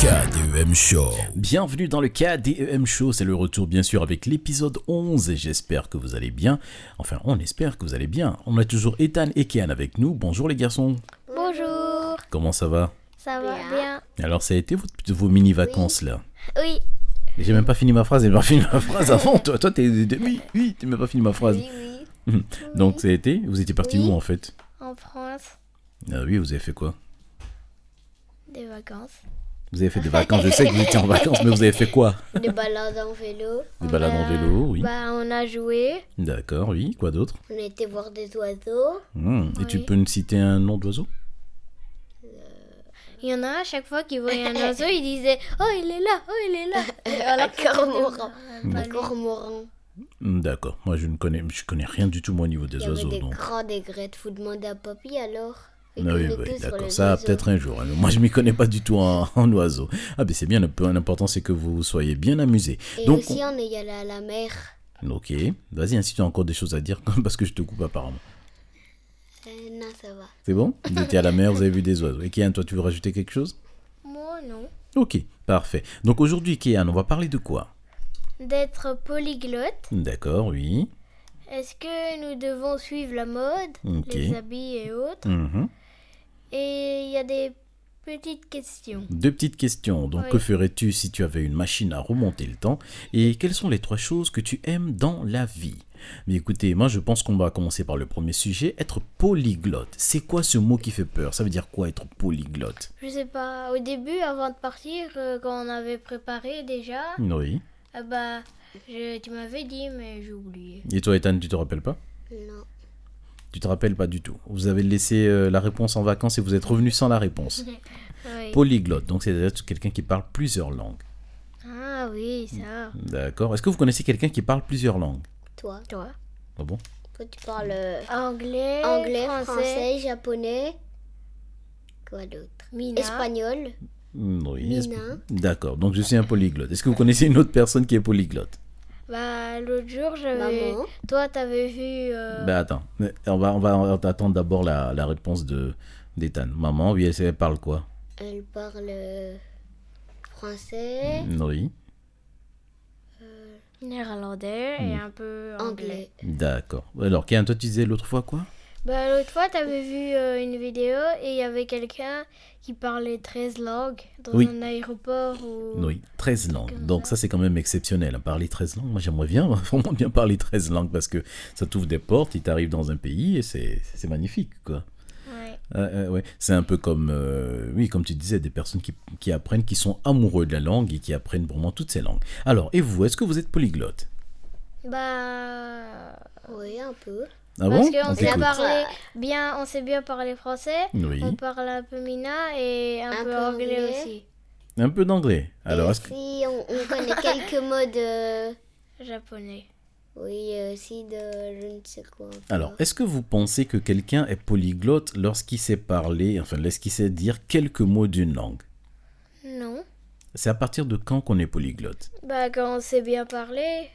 KDEM Show. Bienvenue dans le KDEM Show, c'est le retour bien sûr avec l'épisode 11 et j'espère que vous allez bien. Enfin, on espère que vous allez bien. On a toujours Ethan et Kean avec nous. Bonjour les garçons, Bonjour, comment ça va ça va bien, Alors ça a été vos, vos mini-vacances là Oui, J'ai même pas fini ma phrase, j'ai pas fini ma phrase avant. Toi, toi t'es... Oui, oui, t'as même pas fini ma phrase. Hum. oui, oui, Donc ça a été Vous étiez parti Oui. où en fait en France, Ah oui, vous avez fait quoi des vacances, Vous avez fait des vacances, je sais que vous étiez en vacances, mais vous avez fait quoi Des balades en vélo, Des On balades en a- vélo, oui. Bah, on a joué, D'accord, oui, quoi d'autre on a été voir des oiseaux. Hmm, Et tu Oui. peux nous citer un nom d'oiseau il y en a à chaque fois qu'il voyait un oiseau, il disait Oh, il est là, oh, il est là. un cormoran. Un cormoran. Hmm, D'accord, moi je ne connais, je connais rien du tout moi au niveau des Il y oiseaux. avait des Donc. grands de Faut demander à papy alors. Ah oui, oui, d'accord, ça peut-être un jour. hein, mais moi je m'y connais pas du tout en, en oiseaux. Ah mais c'est bien, le peu- l'important c'est que vous soyez bien amusés. Et Donc, aussi, on est allé à la mer. on- ok, vas-y, ainsi tu as encore des choses à dire parce que je te coupe apparemment. Euh, non, ça va. C'est bon Vous étiez à la mer, vous avez vu des oiseaux. Et Kian, toi tu veux rajouter quelque chose Moi, non. Ok, parfait. Donc aujourd'hui Kian, on va parler de quoi D'être polyglotte, D'accord, oui. est-ce que nous devons suivre la mode, Ok. les habits et autres Mhm. Et il y a des petites questions. Deux petites questions. Donc, Oui. que ferais-tu si tu avais une machine à remonter le temps Et quelles sont les trois choses que tu aimes dans la vie Mais écoutez, moi, je pense qu'on va commencer par le premier sujet être polyglotte. C'est quoi ce mot qui fait peur Ça veut dire quoi être polyglotte Je sais pas, au début, avant de partir, euh, quand on avait préparé déjà, Oui. ah bah, je- tu m'avais dit, mais j'ai oublié. Et toi, Ethan, tu te rappelles pas Non. Tu te rappelles pas du tout. Vous avez laissé euh, la réponse en vacances et vous êtes revenu sans la réponse. Oui. Polyglotte, donc c'est-à-dire quelqu'un qui parle plusieurs langues. Ah oui, ça. D'accord. Est-ce que vous connaissez quelqu'un qui parle plusieurs langues Toi, Toi Ah bon toi tu parles euh, Anglais, anglais, français, français, japonais. Quoi d'autre Mina. Espagnol. Mm, Oui. est-ce- Mina. D'accord, donc je suis un polyglotte. Est-ce que vous connaissez une autre personne qui est polyglotte Bah, l'autre jour, Euh, j'avais. Maman. Toi, t'avais vu. euh, Ben attends, mais on va, on va on va attendre d'abord la, la réponse de d'Ethan. Maman, oui, elle, sait- elle parle quoi Elle parle euh, français, Oui. néerlandais et Hmm. un peu anglais. anglais. D'accord. Alors, Kéan, toi, tu disais l'autre fois quoi Bah, l'autre fois, t'avais vu euh, une vidéo et il y avait quelqu'un qui parlait 13 langues dans Oui. un aéroport ou. Oui, 13 langues. Donc ça, c'est quand même exceptionnel. hein, Parler 13 langues, moi, j'aimerais bien, vraiment bien parler 13 langues parce que ça t'ouvre des portes, il t'arrive dans un pays et c'est c'est magnifique, quoi. Ouais. Euh, euh, ouais. C'est un peu comme, euh, oui, comme tu disais, des personnes qui, qui apprennent, qui sont amoureux de la langue et qui apprennent vraiment toutes ces langues. Alors, et vous, est-ce que vous êtes polyglotte Bah. Oui, un peu. Ah parce bon qu'on On sait t'écoute. parler bien, on sait bien parler français. Oui. On parle un peu mina et un, peu, Un peu anglais, anglais. aussi. Un peu d'anglais. Alors, Et est-ce que... si on, on connaît quelques mots de... Japonais. Oui, euh, si de... Je ne sais quoi. Alors, est-ce que vous pensez que quelqu'un est polyglotte lorsqu'il sait parler, enfin, lorsqu'il sait dire quelques mots d'une langue Non. C'est à partir de quand qu'on est polyglotte Bah, quand on sait bien parler.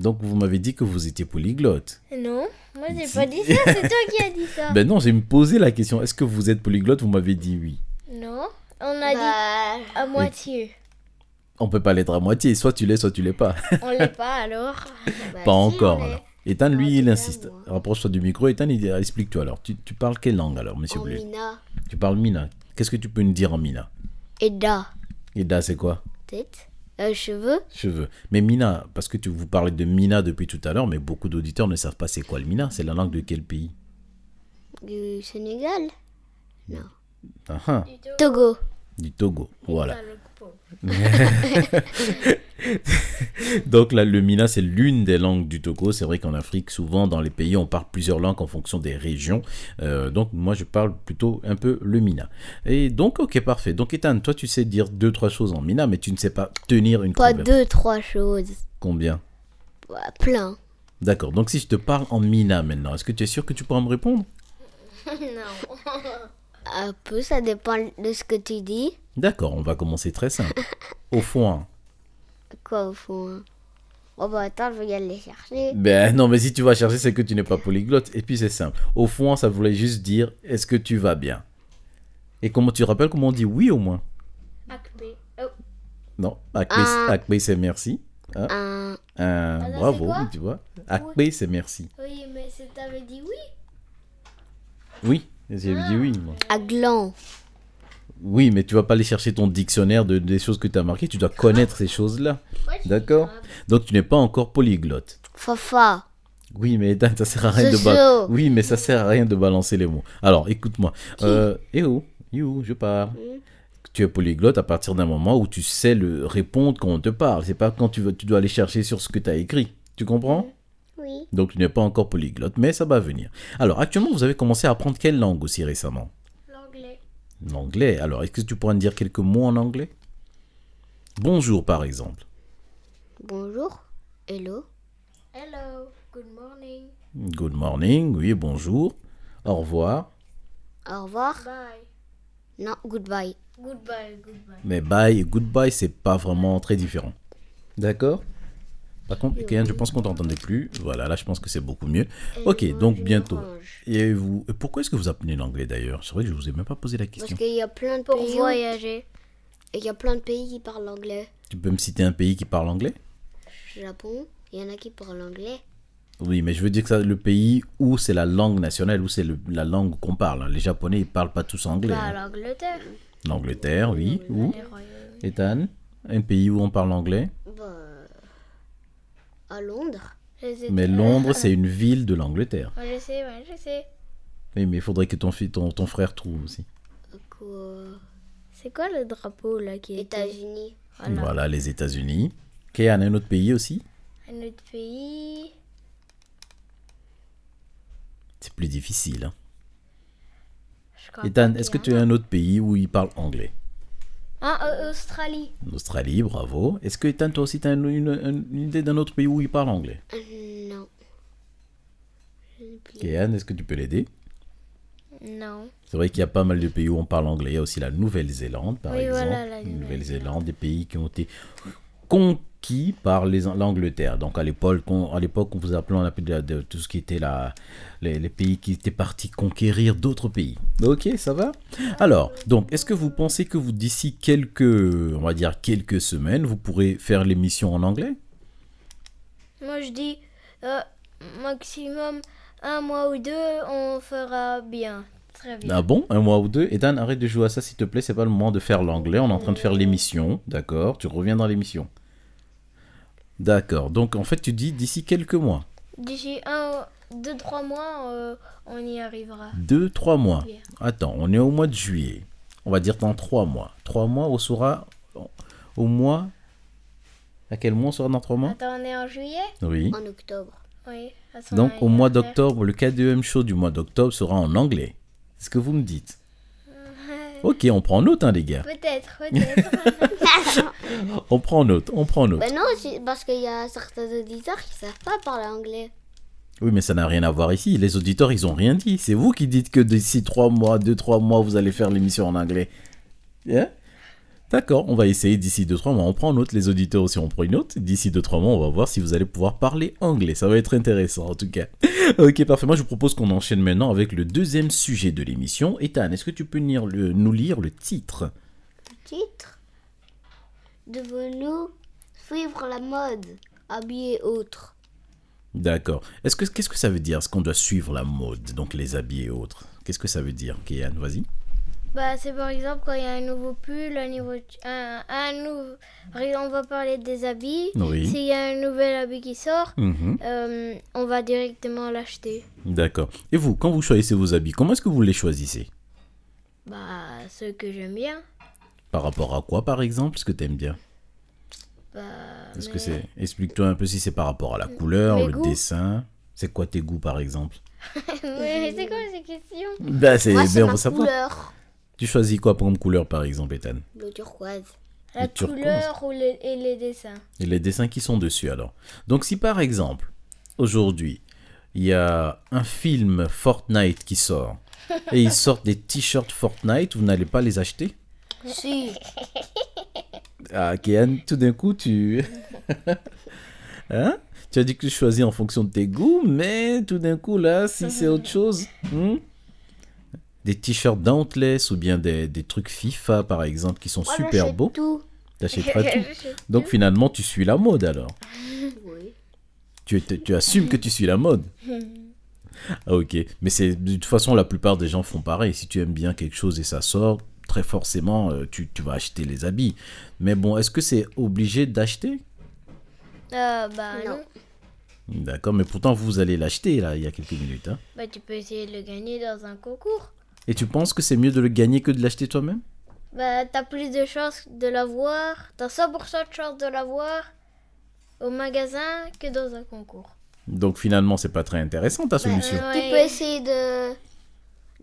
Donc, vous m'avez dit que vous étiez polyglotte. Non, moi j'ai Si. pas dit ça, c'est toi qui as dit ça. Ben non, j'ai me posé la question. Est-ce que vous êtes polyglotte Vous m'avez dit oui. Non, on a dit Bah, à moitié. On peut pas l'être à moitié. Soit tu l'es, soit tu l'es pas. On l'est pas alors. bah, si, pas encore. on est Alors. Ethan, lui, Ah, il c'est insiste. bien, moi. Rapproche-toi du micro. Ethan, il- ah, explique-toi alors. Tu, tu parles quelle langue alors, monsieur en Bleu Oh, Mina. Tu parles Mina. Qu'est-ce que tu peux nous dire en Mina Et da. Et là, c'est quoi Tête. Euh, cheveux. Cheveux. Mais Mina, parce que tu vous parlez de Mina depuis tout à l'heure, mais beaucoup d'auditeurs ne savent pas c'est quoi le Mina. C'est la langue de quel pays Du Sénégal. Ah ah, Togo. Du Togo. Voilà. Donc là, le Mina, c'est l'une des langues du Togo. C'est vrai qu'en Afrique, souvent, dans les pays, on parle plusieurs langues en fonction des régions. Euh, donc moi, je parle plutôt un peu le Mina. Et donc, ok, parfait. Donc Ethan, toi, tu sais dire deux, trois choses en Mina, mais tu ne sais pas tenir une Pas conver- deux, trois choses. Combien Bah, plein. D'accord. Donc si je te parle en Mina maintenant, est-ce que tu es sûr que tu pourras me répondre non. Un peu, ça dépend de ce que tu dis. D'accord, on va commencer très simple. Au hein. foin. Quoi, au fond hein. Oh, bah, attends, je vais y aller chercher. Ben non, mais si tu vas chercher, c'est que tu n'es pas polyglotte. Et puis c'est simple. Au foin, ça voulait juste dire est-ce que tu vas bien Et comment tu te rappelles comment on dit oui au moins Akbé. Oh, Non, Akbe, Ah. Akbe, c'est merci. Un. Euh, Ah, c'est bravo, quoi tu vois. Akbe, c'est merci. Oui, mais c'est- t'avais dit oui. Oui, j'ai Ah. dit oui. moi. À gland. Oui, mais tu vas pas aller chercher ton dictionnaire de, des choses que tu as marquées. Tu dois connaître ces choses-là. Ouais, je- D'accord Donc tu n'es pas encore polyglotte. Fafa. Oui, mais ça sert à rien de Jojo. ba- Oui, mais ça sert à rien de balancer les mots. Alors, écoute-moi. Euh, eh oh, eh oh, je parle. Tu es polyglotte à partir d'un moment où tu sais le répondre quand on te parle. C'est pas quand tu veux, tu dois aller chercher sur ce que tu as écrit. Tu comprends Oui. Donc tu n'es pas encore polyglotte, mais ça va venir. Alors, actuellement, vous avez commencé à apprendre quelle langue aussi récemment L'anglais. L'anglais. Alors, est-ce que tu pourrais me dire quelques mots en anglais Bonjour, par exemple. Bonjour. Hello. Hello, good morning, Good morning, oui, bonjour. Au revoir. Au revoir. bye, Non, goodbye. goodbye, goodbye. Mais bye et goodbye, c'est pas vraiment très différent. D'accord Par contre, Kéan, je pense qu'on t'entendait plus. Voilà, là, je pense que c'est beaucoup mieux. Ok, moi, donc je bientôt. m'arrange. Et vous, et pourquoi est-ce que vous apprenez l'anglais d'ailleurs C'est vrai que je vous ai même pas posé la Parce question. qu'il y a plein de Pour pays. où- voyager. Il y a plein de pays qui parlent anglais. Tu peux me citer un pays qui parle anglais Japon. Il y en a qui parlent anglais. Oui, mais je veux dire que ça, le pays où c'est la langue nationale, où c'est le- la langue qu'on parle. hein. Les Japonais, ils parlent pas tous anglais. Bah, hein. l'Angleterre. L'Angleterre, oui. Où Les royaumes. Ethan Un pays où on parle anglais Bah. À Londres. Les États- Mais Londres, c'est une ville de l'Angleterre. Ouais, je sais, ouais, je sais. Oui, mais il faudrait que ton, fi- ton, ton frère trouve aussi. Quoi C'est quoi le drapeau là qui est euh, États-Unis. Voilà, les États-Unis. Kéan, un autre pays aussi Un autre pays. C'est plus difficile. Hein. Je crois Ethan, pas est-ce que tu qu'il y en as a. un autre pays où il parle anglais Ah, euh, Australie. Australie, bravo. Est-ce que Ethan, toi aussi, tu as une, une- une- une idée d'un autre pays où il parle anglais Euh, Non. J'ai oublié. Kéan, est-ce que tu peux l'aider Non. C'est vrai qu'il y a pas mal de pays où on parle anglais. Il y a aussi la Nouvelle-Zélande, par Oui, exemple. voilà, la Nouvelle-Zélande, des pays qui ont été conquis par les- l'Angleterre. Donc à l'époque, on, à l'époque, on vous appelait, on appelait de, de tout ce qui était la, les, les pays qui étaient partis conquérir d'autres pays. Ok, ça va. Alors, donc, est-ce que vous pensez que vous d'ici quelques, on va dire quelques semaines, vous pourrez faire l'émission en anglais Moi, je dis euh, maximum un mois ou deux, on fera bien. Très bien. Ah bon Un mois ou deux Ethan, arrête de jouer à ça, s'il te plaît. C'est pas le moment de faire l'anglais. On est en train de faire l'émission. D'accord Tu reviens dans l'émission. D'accord. Donc, en fait, tu dis d'ici quelques mois. D'ici un, deux, trois mois, euh, on y arrivera. Deux, trois mois. Bien. Attends, on est au mois de juillet. On va dire dans trois mois. Trois mois, on sera au mois. À quel mois on sera dans trois mois Attends, on est en juillet Oui. En octobre. Oui. attends, Donc, on au est mois en hiver. d'octobre, le KDM show du mois d'octobre sera en anglais. C'est ce que vous me dites. Ok, on prend note, hein, les gars. Peut-être, peut-être. On prend note, on prend note. Bah non, c'est parce qu'il y a certains auditeurs qui savent pas parler anglais. Oui, mais ça n'a rien à voir ici. Les auditeurs, ils ont rien dit. C'est vous qui dites que d'ici trois mois, deux, trois mois, vous allez faire l'émission en anglais. Hein D'accord, on va essayer d'ici deux, trois mois. On prend note, les auditeurs aussi, on prend une note. D'ici deux, trois mois, on va voir si vous allez pouvoir parler anglais. Ça va être intéressant, en tout cas. ok, parfait. Moi, je vous propose qu'on enchaîne maintenant avec le deuxième sujet de l'émission. Ethan, est-ce que tu peux lire le- nous lire le titre Titre Devons-nous suivre la mode Habillés autres. D'accord. Est-ce que qu'est-ce que ça veut dire, ce qu'on doit suivre la mode, donc les habits et autres Qu'est-ce que ça veut dire, Kéan Vas-y. bah, c'est par exemple quand il y a un nouveau pull, un nouveau. Un, un nou- par exemple, On va parler des habits. Oui. S'il y a un nouvel habit qui sort, Mhm. euh, on va directement l'acheter. D'accord. Et vous, quand vous choisissez vos habits, comment est-ce que vous les choisissez Bah, ceux que j'aime bien. Par rapport à quoi, par exemple, ce que tu aimes bien Bah, Est-ce que mais- c'est Explique-toi un peu si c'est par rapport à la couleur, mes le goûts. dessin. C'est quoi tes goûts, par exemple Euh, Mais c'est quoi ces questions Bah, c'est Moi, c'est bien ma pour savoir. couleur. Tu choisis quoi comme couleur, par exemple, Ethan Le turquoise. La Le turquoise. couleur ou les, et les dessins Et les dessins qui sont dessus, alors. Donc, si par exemple, aujourd'hui, il y a un film Fortnite qui sort et ils sortent des t-shirts Fortnite, vous n'allez pas les acheter Si. Ah, Kéan, tout d'un coup, tu. hein Tu as dit que tu choisis en fonction de tes goûts, mais tout d'un coup, là, si c'est autre chose. hmm des t-shirts Dauntless ou bien des, des trucs FIFA, par exemple, qui sont Moi, super j'achète beaux. tout. T'achèteras tout. Donc finalement, tu suis la mode alors. Oui. Tu, tu- tu assumes que tu suis la mode. Ah, ok. Mais c'est de toute façon, la plupart des gens font pareil. Si tu aimes bien quelque chose et ça sort, très forcément, euh, tu, tu vas acheter les habits. Mais bon, est-ce que c'est obligé d'acheter Euh, bah non. Non. D'accord, mais pourtant, vous allez l'acheter là, il y a quelques minutes. hein. Bah tu peux essayer de le gagner dans un concours. Et tu penses que c'est mieux de le gagner que de l'acheter toi-même Bah t'as plus de chances de l'avoir, t'as 100% de chances de l'avoir au magasin que dans un concours. Bah, Donc finalement, c'est pas très intéressant Bah, ta solution. Tu peux Ouais. essayer de,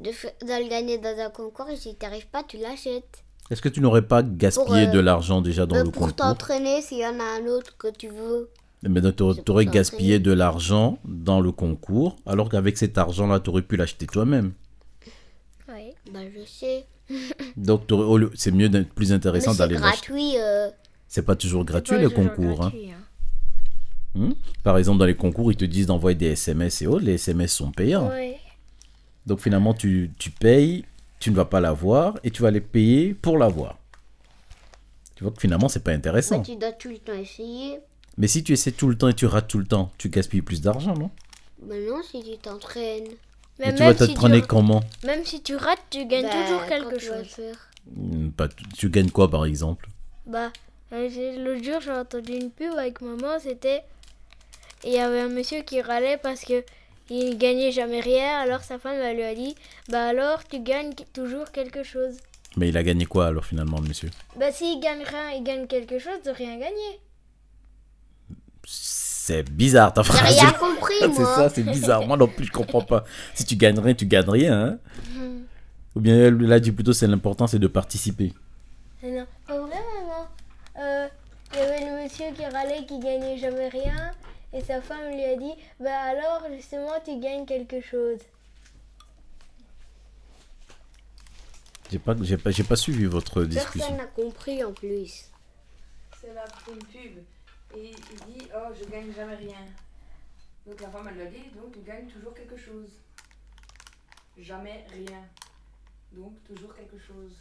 de, fa- de le gagner dans un concours et si tu arrives pas, tu l'achètes. Est-ce que tu n'aurais pas gaspillé Pour, euh, de l'argent déjà dans Euh, le pour concours t'entraîner, s'il y en a un autre que tu veux. Mais donc, t'aurais- C'est pour t'aurais ça, gaspillé après. de l'argent dans le concours, alors qu'avec cet argent-là, t'aurais pu l'acheter toi-même. Ouais. Bah, je sais. Donc, t'aurais- au lieu- c'est mieux, d'être- plus Mais intéressant c'est d'aller l'acheter. gratuit. euh, C'est pas toujours gratuit Pas les toujours concours. hein. gratuit, hein. Par exemple, dans les concours, ils te disent d'envoyer des SMS et autres. Les SMS sont payants. Ouais. Donc, finalement, tu, tu payes, tu ne vas pas l'avoir et tu vas les payer pour l'avoir. Tu vois que finalement, c'est pas bah, intéressant. tu dois tout le temps essayer. Mais si tu essaies tout le temps et tu rates tout le temps, tu gaspilles plus d'argent, non Bah non, si tu t'entraînes. Mais Et tu vas même te si tu, prendre comment même si tu rates, tu gagnes Bah, toujours quand quelque tu vas le chose. faire. Hmm, pas tout- Tu gagnes quoi, par exemple Bah, euh, j'ai- l'autre jour, j'ai entendu une pub avec maman, c'était. Il y avait un monsieur qui râlait parce que il gagnait jamais rien, alors sa femme elle lui a dit Bah alors, tu gagnes qu- toujours quelque chose. Mais il a gagné quoi alors finalement, le monsieur Bah, s'il gagne rien, il gagne quelque chose de rien gagner. Ah, C'est bizarre ta J'ai phrase. rien compris, C'est moi. ça, c'est bizarre. Moi non plus, je comprends pas. Si tu gagnes rien, tu gagnes rien. hein. Mhm. Ou bien elle elle a dit plutôt c'est l'important, c'est de participer. Mais Ah non, pas vrai, maman. Euh, Il y avait le monsieur qui râlait qui gagnait jamais rien, et sa femme lui a dit Bah alors, justement, tu gagnes quelque chose. J'ai pas, j'ai pas, j'ai pas suivi votre discussion. Personne n'a compris en plus. C'est la une pub. Et il dit Oh, je gagne jamais rien. Donc la femme, elle le dit Donc tu gagnes toujours quelque chose. Jamais rien. Donc toujours quelque chose.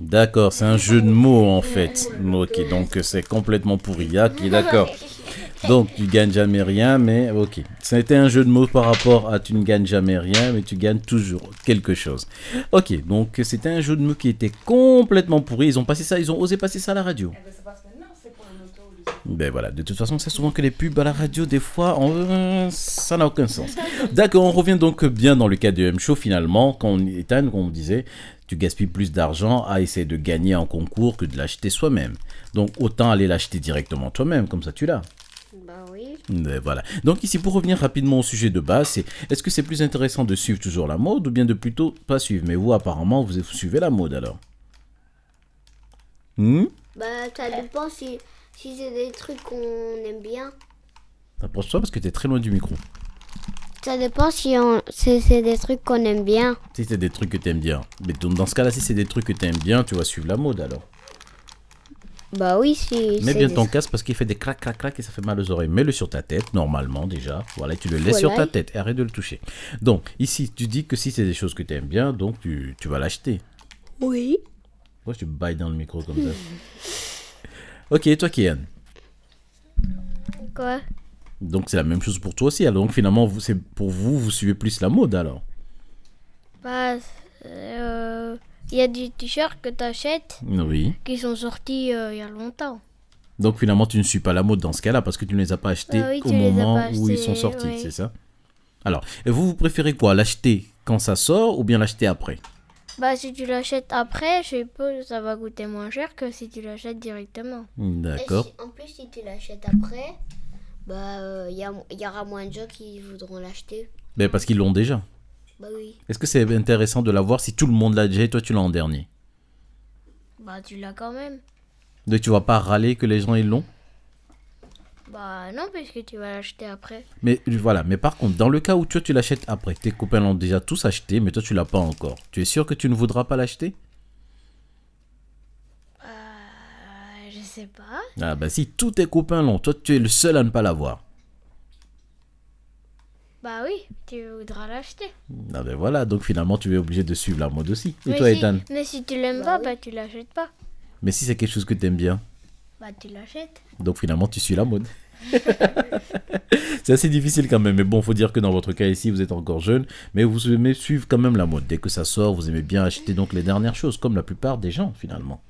D'accord, c'est un jeu de mots en fait. Ok, donc c'est complètement pourri. Ah, Ok, d'accord. Donc tu gagnes jamais rien, mais ok. C'était un jeu de mots par rapport à tu ne gagnes jamais rien, mais tu gagnes toujours quelque chose. Ok, donc c'était un jeu de mots qui était complètement pourri. Ils ont passé ça, ils ont osé passer ça à la radio. Eh bien, ça passe maintenant, c'est pour une auto. lui. Ben voilà, de toute façon, c'est souvent que les pubs à la radio, des fois, on- ça n'a aucun sens. D'accord, on revient donc bien dans le cas de M-Show finalement, quand on éteint, on disait, tu gaspilles plus d'argent à essayer de gagner en concours que de l'acheter soi-même. Donc autant aller l'acheter directement toi-même, comme ça tu l'as. Bah oui. Ben voilà. Donc ici, pour revenir rapidement au sujet de base, c'est est-ce que c'est plus intéressant de suivre toujours la mode ou bien de plutôt pas suivre Mais vous, apparemment, vous suivez la mode alors. Hmm Bah, ça dépend si, si c'est des trucs qu'on aime bien. Approche-toi parce que t'es très loin du micro. Ça dépend si, on- si c'est des trucs qu'on aime bien. Si c'est des trucs que t'aimes bien. Mais donc, dans ce cas-là, si c'est des trucs que t'aimes bien, tu vas suivre la mode alors. Bah oui, si. Mets c'est bien des- ton casque parce qu'il fait des crac crac crac et ça fait mal aux oreilles. Mets-le sur ta tête, normalement déjà. Voilà, et tu le laisses sur ta Voilà. tête et arrête de le toucher. Donc, ici, tu dis que si c'est des choses que t'aimes bien, donc tu, tu vas l'acheter. Oui. Pourquoi tu bailles dans le micro comme ça Ok, et toi, Kian. Quoi Donc, c'est la même chose pour toi aussi. Alors, donc, finalement, vous, c'est pour vous, vous suivez plus la mode alors. Bah, euh, il y a des t-shirts que t'achètes Oui. qui sont sortis euh, il y a longtemps. Donc, finalement, tu ne suis pas la mode dans ce cas-là parce que tu ne les as pas achetés Ah oui, au tu les as moment pas où ils achetés, sont sortis, oui. c'est ça Alors, et vous, vous préférez quoi L'acheter quand ça sort ou bien l'acheter après Bah, si tu l'achètes après, je suppose que ça va coûter moins cher que si tu l'achètes directement. Et Hmm, D'accord. si- en plus, si tu l'achètes après, bah, euh, il y, a- y aura moins de gens qui voudront l'acheter. Ben, parce qu'ils l'ont déjà. Bah oui. Est-ce que c'est intéressant de l'avoir si tout le monde l'a déjà et toi tu l'as en dernier Bah, tu l'as quand même. Donc tu vas pas râler que les gens ils l'ont Bah, non, puisque tu vas l'acheter après. Mais voilà, mais par contre, dans le cas où toi tu l'achètes après, tes copains l'ont déjà tous acheté, mais toi tu l'as pas encore. Tu es sûr que tu ne voudras pas l'acheter Euh, je sais pas. Ah bah si, tous tes copains l'ont, toi tu es le seul à ne pas l'avoir. Bah oui, tu voudras l'acheter. Ah ben voilà, donc finalement tu es obligé de suivre la mode aussi. Et mais, toi si, Ethan mais si tu l'aimes pas, bah tu l'achètes pas. Mais si c'est quelque chose que t'aimes bien Bah, tu l'achètes. Donc finalement, tu suis la mode. c'est assez difficile quand même, mais bon, faut dire que dans votre cas ici, vous êtes encore jeune, mais vous aimez suivre quand même la mode. Dès que ça sort, vous aimez bien acheter donc les dernières choses, comme la plupart des gens finalement.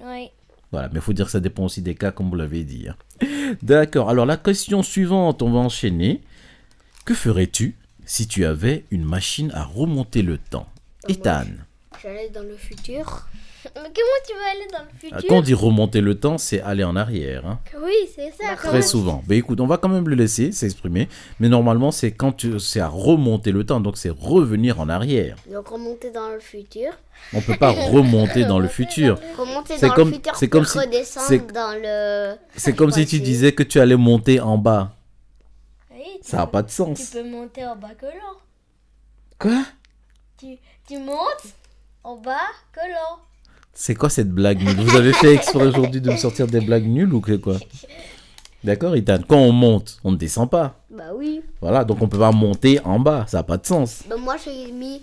Oui. Voilà, mais faut dire que ça dépend aussi des cas, comme vous l'avez dit. hein. D'accord, alors la question suivante, on va enchaîner. Que ferais-tu si tu avais une machine à remonter le temps moi, Ethan, J'allais dans le futur. Mais comment tu veux aller dans le futur quand on dit remonter le temps, c'est aller en arrière. hein. Oui, c'est ça. D'accord. comment- Très souvent. Mais écoute, on va quand même le laisser s'exprimer. Mais normalement, c'est quand tu, c'est à remonter le temps, donc c'est revenir en arrière. Donc remonter dans le futur. On peut pas remonter dans le futur. Remonter C'est dans comme- le futur c'est pour comme si- redescendre c'est- dans le... C'est comme si tu Passé. disais que tu allais monter en bas. Oui, tu Ça n'a peux- pas de Tu sens. peux monter en bas collant. Quoi Tu, tu montes en bas collant. C'est quoi cette blague nulle Vous avez fait exprès aujourd'hui de me sortir des blagues nulles ou que quoi D'accord, Ethan. Quand on monte, on ne descend pas. Bah oui. Voilà, donc on peut pas monter en bas. Ça n'a pas de sens. Bah moi j'ai mis...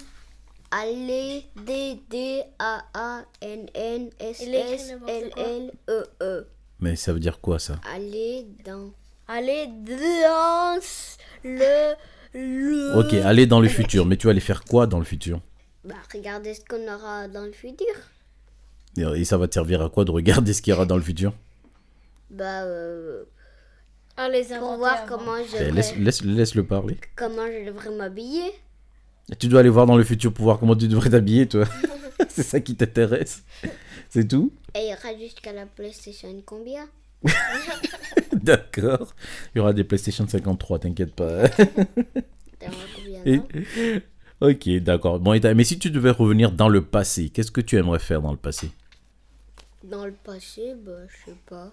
Aller, D, D, A, A, N, N, S, Il écrit S, n'importe L, quoi. L, E, E. Mais ça veut dire quoi ça Aller dans... Aller dans le... le... Ok, aller dans le futur. Mais tu vas aller faire quoi dans le futur Bah regardez ce qu'on aura dans le futur. Et ça va te servir à quoi de regarder ce qu'il y aura dans le futur Bah euh, Ah, les pour voir comment je, Eh, devrais- laisse- laisse- Laisse-le parler. comment je devrais m'habiller. Tu dois aller voir dans le futur pour voir comment tu devrais t'habiller, toi. c'est ça qui t'intéresse. C'est tout Et ira jusqu'à la PlayStation combien D'accord. Il y aura des PlayStation 53, t'inquiète pas. T'en as combien Et- non ok, d'accord. Bon, et t'as- mais si tu devais revenir dans le passé, qu'est-ce que tu aimerais faire dans le passé Dans le passé, bah je sais pas.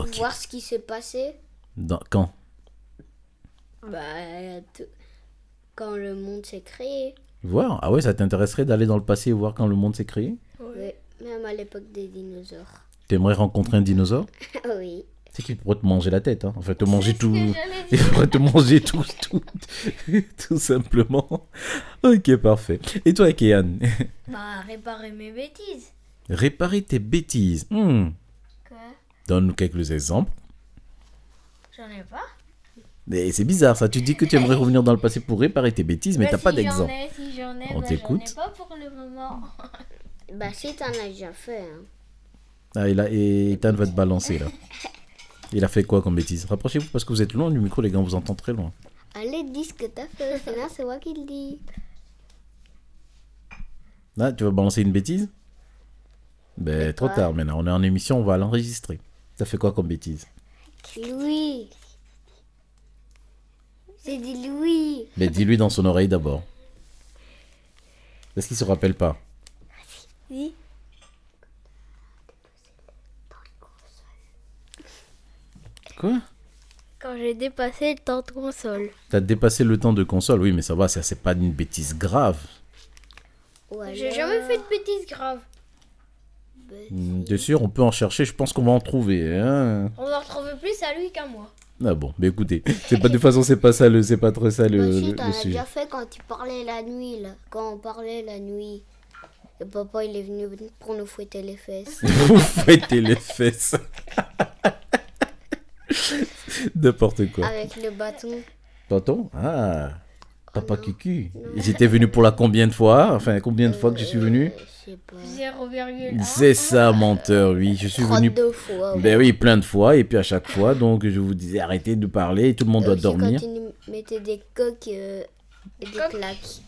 Ok. Voir ce qui s'est passé. Dans- quand Bah tout- quand le monde s'est créé. Voir. Ah ouais, ça t'intéresserait d'aller dans le passé et voir quand le monde s'est créé Ouais, Même à l'époque des dinosaures. Ah T'aimerais rencontrer un dinosaure oui. C'est qu'il pourrait te manger la tête, hein. Enfin, te manger tout. Il pourrait te manger tout, tout, tout simplement. Ok, parfait. Et toi, Kéan Bah, réparer mes bêtises. Réparer tes bêtises. Hmm. Quoi Donne-nous quelques exemples. J'en ai pas. Et c'est bizarre ça, tu dis que tu aimerais revenir dans le passé pour réparer tes bêtises, mais Bah, t'as pas si j'en d'exemple. ai, Si j'en ai, On bah, t'écoute. j'en ai pas pour le moment. Bah si t'en as déjà fait. Hein. Ah, et là, et Ethan va te balancer là. Il a fait quoi comme bêtise Rapprochez-vous parce que vous êtes loin du micro, les gars, on vous entend très loin. Allez dis ce que t'as fait. Sinon c'est moi qui le dis. Là, Ah, tu vas balancer une bêtise Ben, trop quoi tard maintenant, on est en émission, on va l'enregistrer. T'as fait quoi comme bêtise Louis. J'ai dit Louis. Mais dis-lui dans son oreille d'abord. Est-ce qu'il se rappelle pas Oui. Quoi Quand j'ai dépassé le temps de console. T'as dépassé le temps de console, oui, mais ça va, ça c'est pas une bêtise grave. Ou J'ai alors- jamais fait de bêtises graves. Hmm, T'es sûr, on peut en chercher, je pense qu'on va en trouver. Hein On en retrouve plus à lui qu'à moi. Ah bon, mais écoutez, c'est pas de toute façon c'est pas ça le c'est pas trop ça Bah le, si, Euh, le- t'en le as sujet. déjà fait quand tu parlais la nuit, là. Quand on parlait la nuit. Et papa, il est venu pour nous fouetter les fesses. Vous fouettez les fesses. N'importe quoi. avec le bâton. Tonton Ah, papa non. Cucu. J'étais venu pour la combien de fois Enfin, combien de fois que je suis venu Euh, Je sais pas. 0,1. C'est ça, menteur, oui, je suis venu. 32 fois. ah ouais. Ben oui, plein de fois, et puis à chaque fois, donc je vous disais arrêtez de parler, tout le monde Et doit aussi dormir. Quand il nous mettait des coques euh, et des Coques. claques.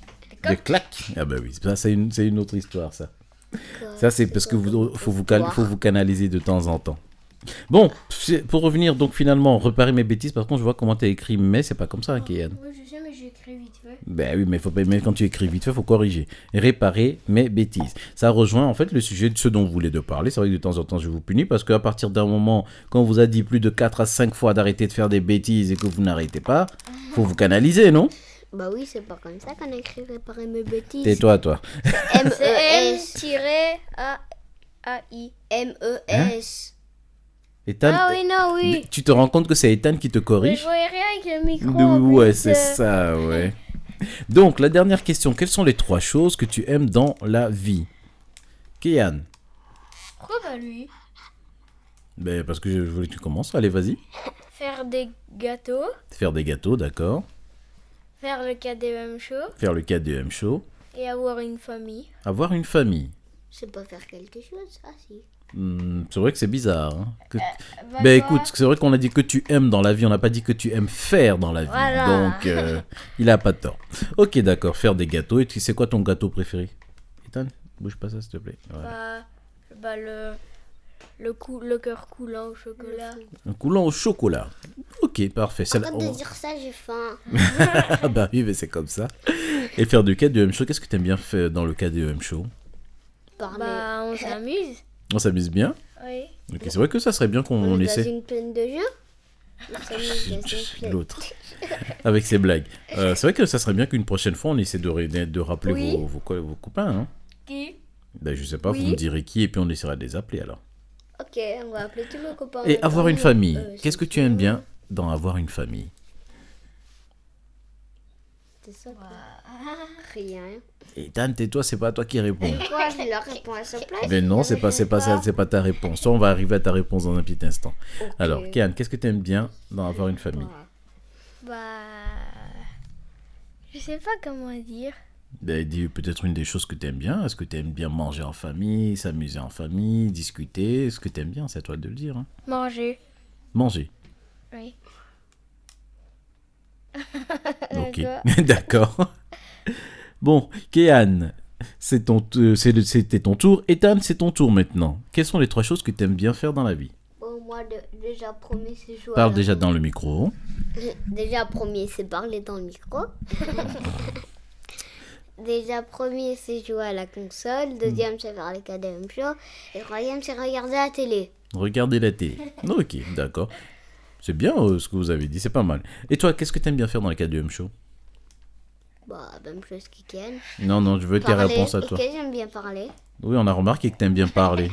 Des claques Ah ben oui, ça c'est une, c'est une autre histoire ça. Quoi Ça, c'est parce que vous faut vous, cal- faut vous canaliser de temps en temps. Bon, c'est- pour revenir donc finalement, reparer mes bêtises, par contre, je vois comment t'as écrit, mais c'est pas comme ça, hein, Kéan. Oui, je sais, mais j'écris vite fait. Ben oui, mais, faut, pas- mais quand tu écris vite fait, faut corriger. Réparer mes bêtises. Ça rejoint en fait le sujet de ce dont vous voulez de parler. C'est vrai que de temps en temps, je vous punis parce qu'à partir d'un moment, quand on vous a dit plus de 4 à 5 fois d'arrêter de faire des bêtises et que vous n'arrêtez pas, faut vous canaliser, non Bah oui, c'est pas comme ça qu'on écrit réparer mes bêtises. Tais-toi, toi. E M-E-S. M-A-I. E Hein M-E-S. Ethan, Ah oui, non, oui. tu te rends compte que c'est Ethan qui te Mais corrige je voyais rien avec le micro. en Oh, plus, Ouais, c'est euh, ça, ouais. Donc, la dernière question, quelles sont les trois choses que tu aimes dans la vie Kian, Pourquoi pas lui Ben, parce que je voulais que tu commences. Allez, vas-y. Faire des gâteaux, Faire des gâteaux, d'accord. faire le KDM show Faire le KDM show. et avoir une famille. Avoir une famille. C'est pas faire quelque chose. Ah si. Hmm, c'est vrai que c'est bizarre. hein. Que- Euh, bah, ben écoute, c'est vrai qu'on a dit que tu aimes dans la vie, on n'a pas dit que tu aimes faire dans la vie. Voilà. Donc, euh, il a pas tort. Ok, d'accord, faire des gâteaux. Et tu- c'est quoi ton gâteau préféré Ethan, bouge pas ça, s'il te plaît. Voilà. Bah, bah, le, le, cou, le cœur coulant au chocolat. Un coulant au chocolat. Ok, parfait. Celle-là, Arrête de on- dire ça, j'ai faim. Ah bah oui, mais c'est comme ça. Et faire du KDM show, qu'est-ce que t'aimes bien faire dans le KDM show Parler. Bah, on s'amuse. On s'amuse bien Oui. Ok, c'est vrai que ça serait bien qu'on on est essaie. dans une plaine de jeux. On s'amuse dans une plaine. L'autre. Avec ses blagues. Euh, c'est vrai que ça serait bien qu'une prochaine fois, on essaie de, ré- de rappeler Oui. vos, vos co- vos copains. hein. Qui Ben, je sais pas, vous Oui. me direz qui et puis on essaiera de les appeler alors. Ok, on va appeler tous nos copains. Et avoir une famille. Euh, Qu'est-ce que tu aimes bien dans avoir une famille C'est ça. quoi. Rien. Et Dan, tais-toi, c'est pas toi qui réponds. Quoi, je leur réponds à sa place. Ah, Mais non, c'est pas, c'est pas ça, c'est pas ta réponse. On va arriver à ta réponse dans un petit instant. Ok. Alors, Kéane, qu'est-ce que tu aimes bien dans avoir une famille Voilà. Bah. Je sais pas comment dire. ben, dis peut-être une des choses que tu aimes bien. Est-ce que tu aimes bien manger en famille, s'amuser en famille, discuter Est-ce que tu aimes bien C'est à toi de le dire. hein. Manger. Manger. Oui. Ok, D'accord. d'accord. Bon, Kéane, c'est ton t- euh, c'est le- c'était ton tour. Ethan, c'est ton tour maintenant. Quelles sont les trois choses que tu aimes bien faire dans la vie Bon, moi, de- déjà, premier, c'est jouer. à Parle la- déjà dans le micro. Déjà, premier, c'est parler dans le micro. Déjà, premier, c'est jouer à la Mm. console. Deuxième, c'est faire les KDM show. Et troisième, c'est regarder la télé. Regardez la télé. Ok, d'accord. C'est bien euh, ce que vous avez dit, c'est pas mal. Et toi, qu'est-ce que tu aimes bien faire dans le cadre du M Show Bah, même chose qu'Iken. Non, non, je veux tes Parler. réponses à toi. Ok, j'aime bien parler. Oui, on a remarqué que tu aimes bien parler.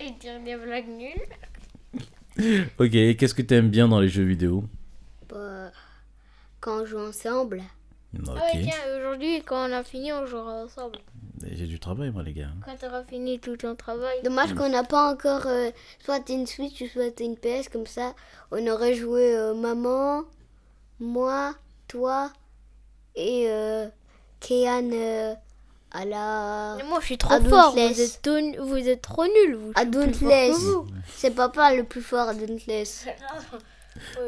Et dire des blagues nulles. Ok, et qu'est-ce que tu aimes bien dans les jeux vidéo Bah, quand on joue ensemble. Ouais, Ok. tiens, aujourd'hui, quand on a fini, on jouera ensemble. J'ai du travail, moi, les gars. Quand t'auras fini tout ton travail. Hmm. Dommage qu'on n'a pas encore euh, soit une Switch ou soit une PS, comme ça on aurait joué euh, maman, moi, toi et euh, Kéan euh, à la. Mais moi, je suis trop Ah, donc, fort. Vous laisse. êtes, tout- vous êtes trop nuls, vous. à Dauntless. plus fort C'est papa le plus fort à Dauntless.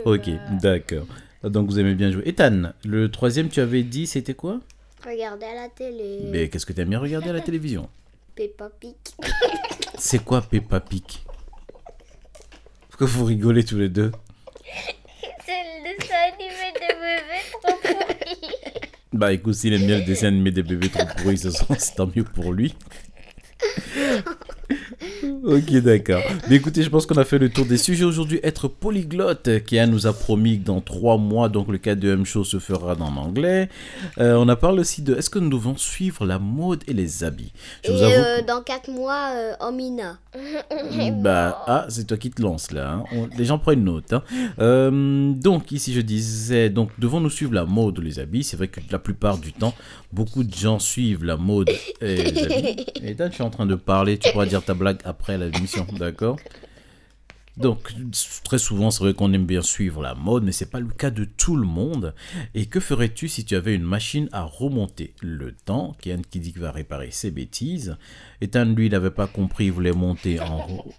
Ok, d'accord. Donc, vous aimez bien jouer. Ethan, le troisième, tu avais dit, c'était quoi Regardez à la télé. Mais qu'est-ce que t'aimes bien regarder à la télévision Peppa Pig. C'est quoi Peppa Pig Pourquoi vous rigolez tous les deux C'est le dessin animé de bébé trop pourri. Bah écoute, s'il aime bien le dessin animé des bébés trop pourris, ce soir, c'est tant mieux pour lui. ok, d'accord. Mais écoutez, je pense qu'on a fait le tour des sujets aujourd'hui. Être polyglotte, Kéa nous a promis que dans trois mois, donc le K2M Show se fera dans l'anglais. Euh, on a parlé aussi de est-ce que nous devons suivre la mode et les habits Je Et vous avoue euh, dans 4 mois, euh, Amina. Bah, ah, c'est toi qui te lances là. hein. On- les gens prennent note. hein. Euh, donc, ici, je disais, donc, devons nous suivre la mode ou les habits. C'est vrai que la plupart du temps, beaucoup de gens suivent la mode et les habits. Et là, je suis en train de parler. Tu pourras dire ta blague après la mission, d'accord donc, très souvent, c'est vrai qu'on aime bien suivre la mode, mais c'est pas le cas de tout le monde. Et que ferais-tu si tu avais une machine à remonter le temps Kian qui dit qu'il va réparer ses bêtises. Ethan, lui, il n'avait pas compris, il voulait monter en, haut-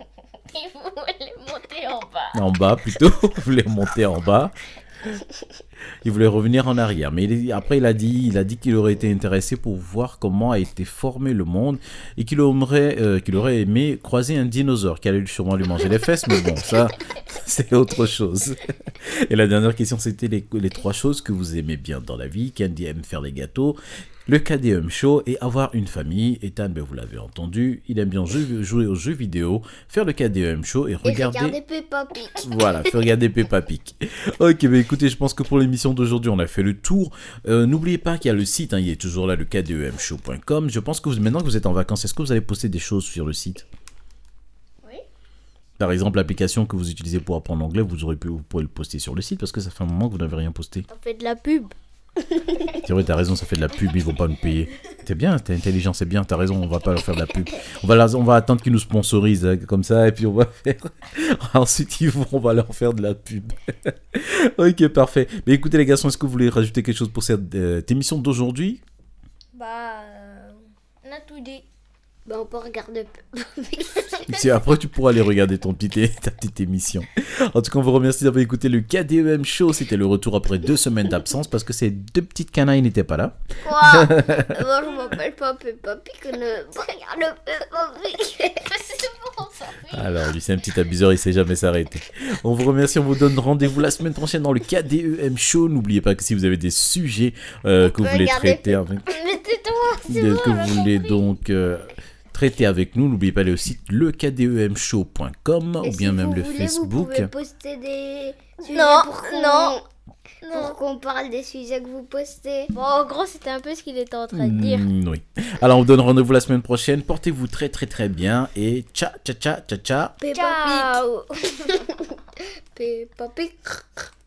Il voulait monter en bas. en bas plutôt, il voulait monter en bas. Il voulait revenir en arrière, mais il est- après il a dit, il a dit qu'il aurait été intéressé pour voir comment a été formé le monde et qu'il aimerait, euh, qu'il aurait aimé croiser un dinosaure qui allait sûrement lui manger les fesses, mais bon, ça, c'est autre chose. Et la dernière question, c'était les, les trois choses que vous aimez bien dans la vie. Candy aime faire les gâteaux, le KDM show et avoir une famille. Ethan, ben, vous l'avez entendu, il aime bien jeu- jouer aux jeux vidéo, faire le KDM show et Et regarder. regardez Peppa Pig. Voilà, faut regarder Peppa Pig. Ok, bah écoutez, je pense que pour l'émission d'aujourd'hui, on a fait le tour. Euh, N'oubliez pas qu'il y a le site, hein, il est toujours là, le E kdemshow.com. Je pense que vous, maintenant que vous êtes en vacances, est-ce que vous allez poster des choses sur le site Oui. Par exemple, l'application que vous utilisez pour apprendre l'anglais, vous, aurez pu, vous pourrez le poster sur le site parce que ça fait un moment que vous n'avez rien posté. On fait de la pub. C'est C'est vrai, t'as raison, ça fait de la pub, ils vont pas me payer. T'es bien, t'es intelligent, c'est bien, t'as raison, on va pas leur faire de la pub. On va, la- on va attendre qu'ils nous sponsorisent hein, comme ça, et puis on va faire. Ensuite, ils vont, on va leur faire de la pub. ok, parfait. Mais écoutez, les garçons, est-ce que vous voulez rajouter quelque chose pour cette euh, émission d'aujourd'hui Bah, euh, on a tout dit. Bah, on peut regarder. Tu- Après, tu pourras aller regarder ton petit, ta petite émission. En tout cas, on vous remercie d'avoir écouté le KDEM Show. C'était le retour après deux semaines d'absence parce que ces deux petites canailles n'étaient pas là. Quoi Moi, je m'appelle pas Peppa Pig. Ne... Regarde Peppa Pig. Alors, lui, c'est un petit abuseur, il sait jamais s'arrêter. On vous remercie, on vous donne rendez-vous la semaine prochaine dans le KDEM Show. N'oubliez pas que si vous avez des sujets euh, que vous voulez Regardez. traiter avec, Mais tais-toi, c'est de- bon. que vous voulez donc euh, traiter avec nous, n'oubliez pas le E site lekdemshow.com Et ou bien si même vous le voulez, Facebook. Vous pouvez poster des sujets Non, pour qu'on- non, pour qu'on parle des sujets que vous postez. Bon, en gros, c'était un peu ce qu'il était en train de dire. Mm, oui. Alors, on vous donne rendez-vous la semaine prochaine. Portez-vous très, très, très bien. Et ciao, ciao, ciao, ciao, ciao. Peppa Pig. Ciao Peppa Pig.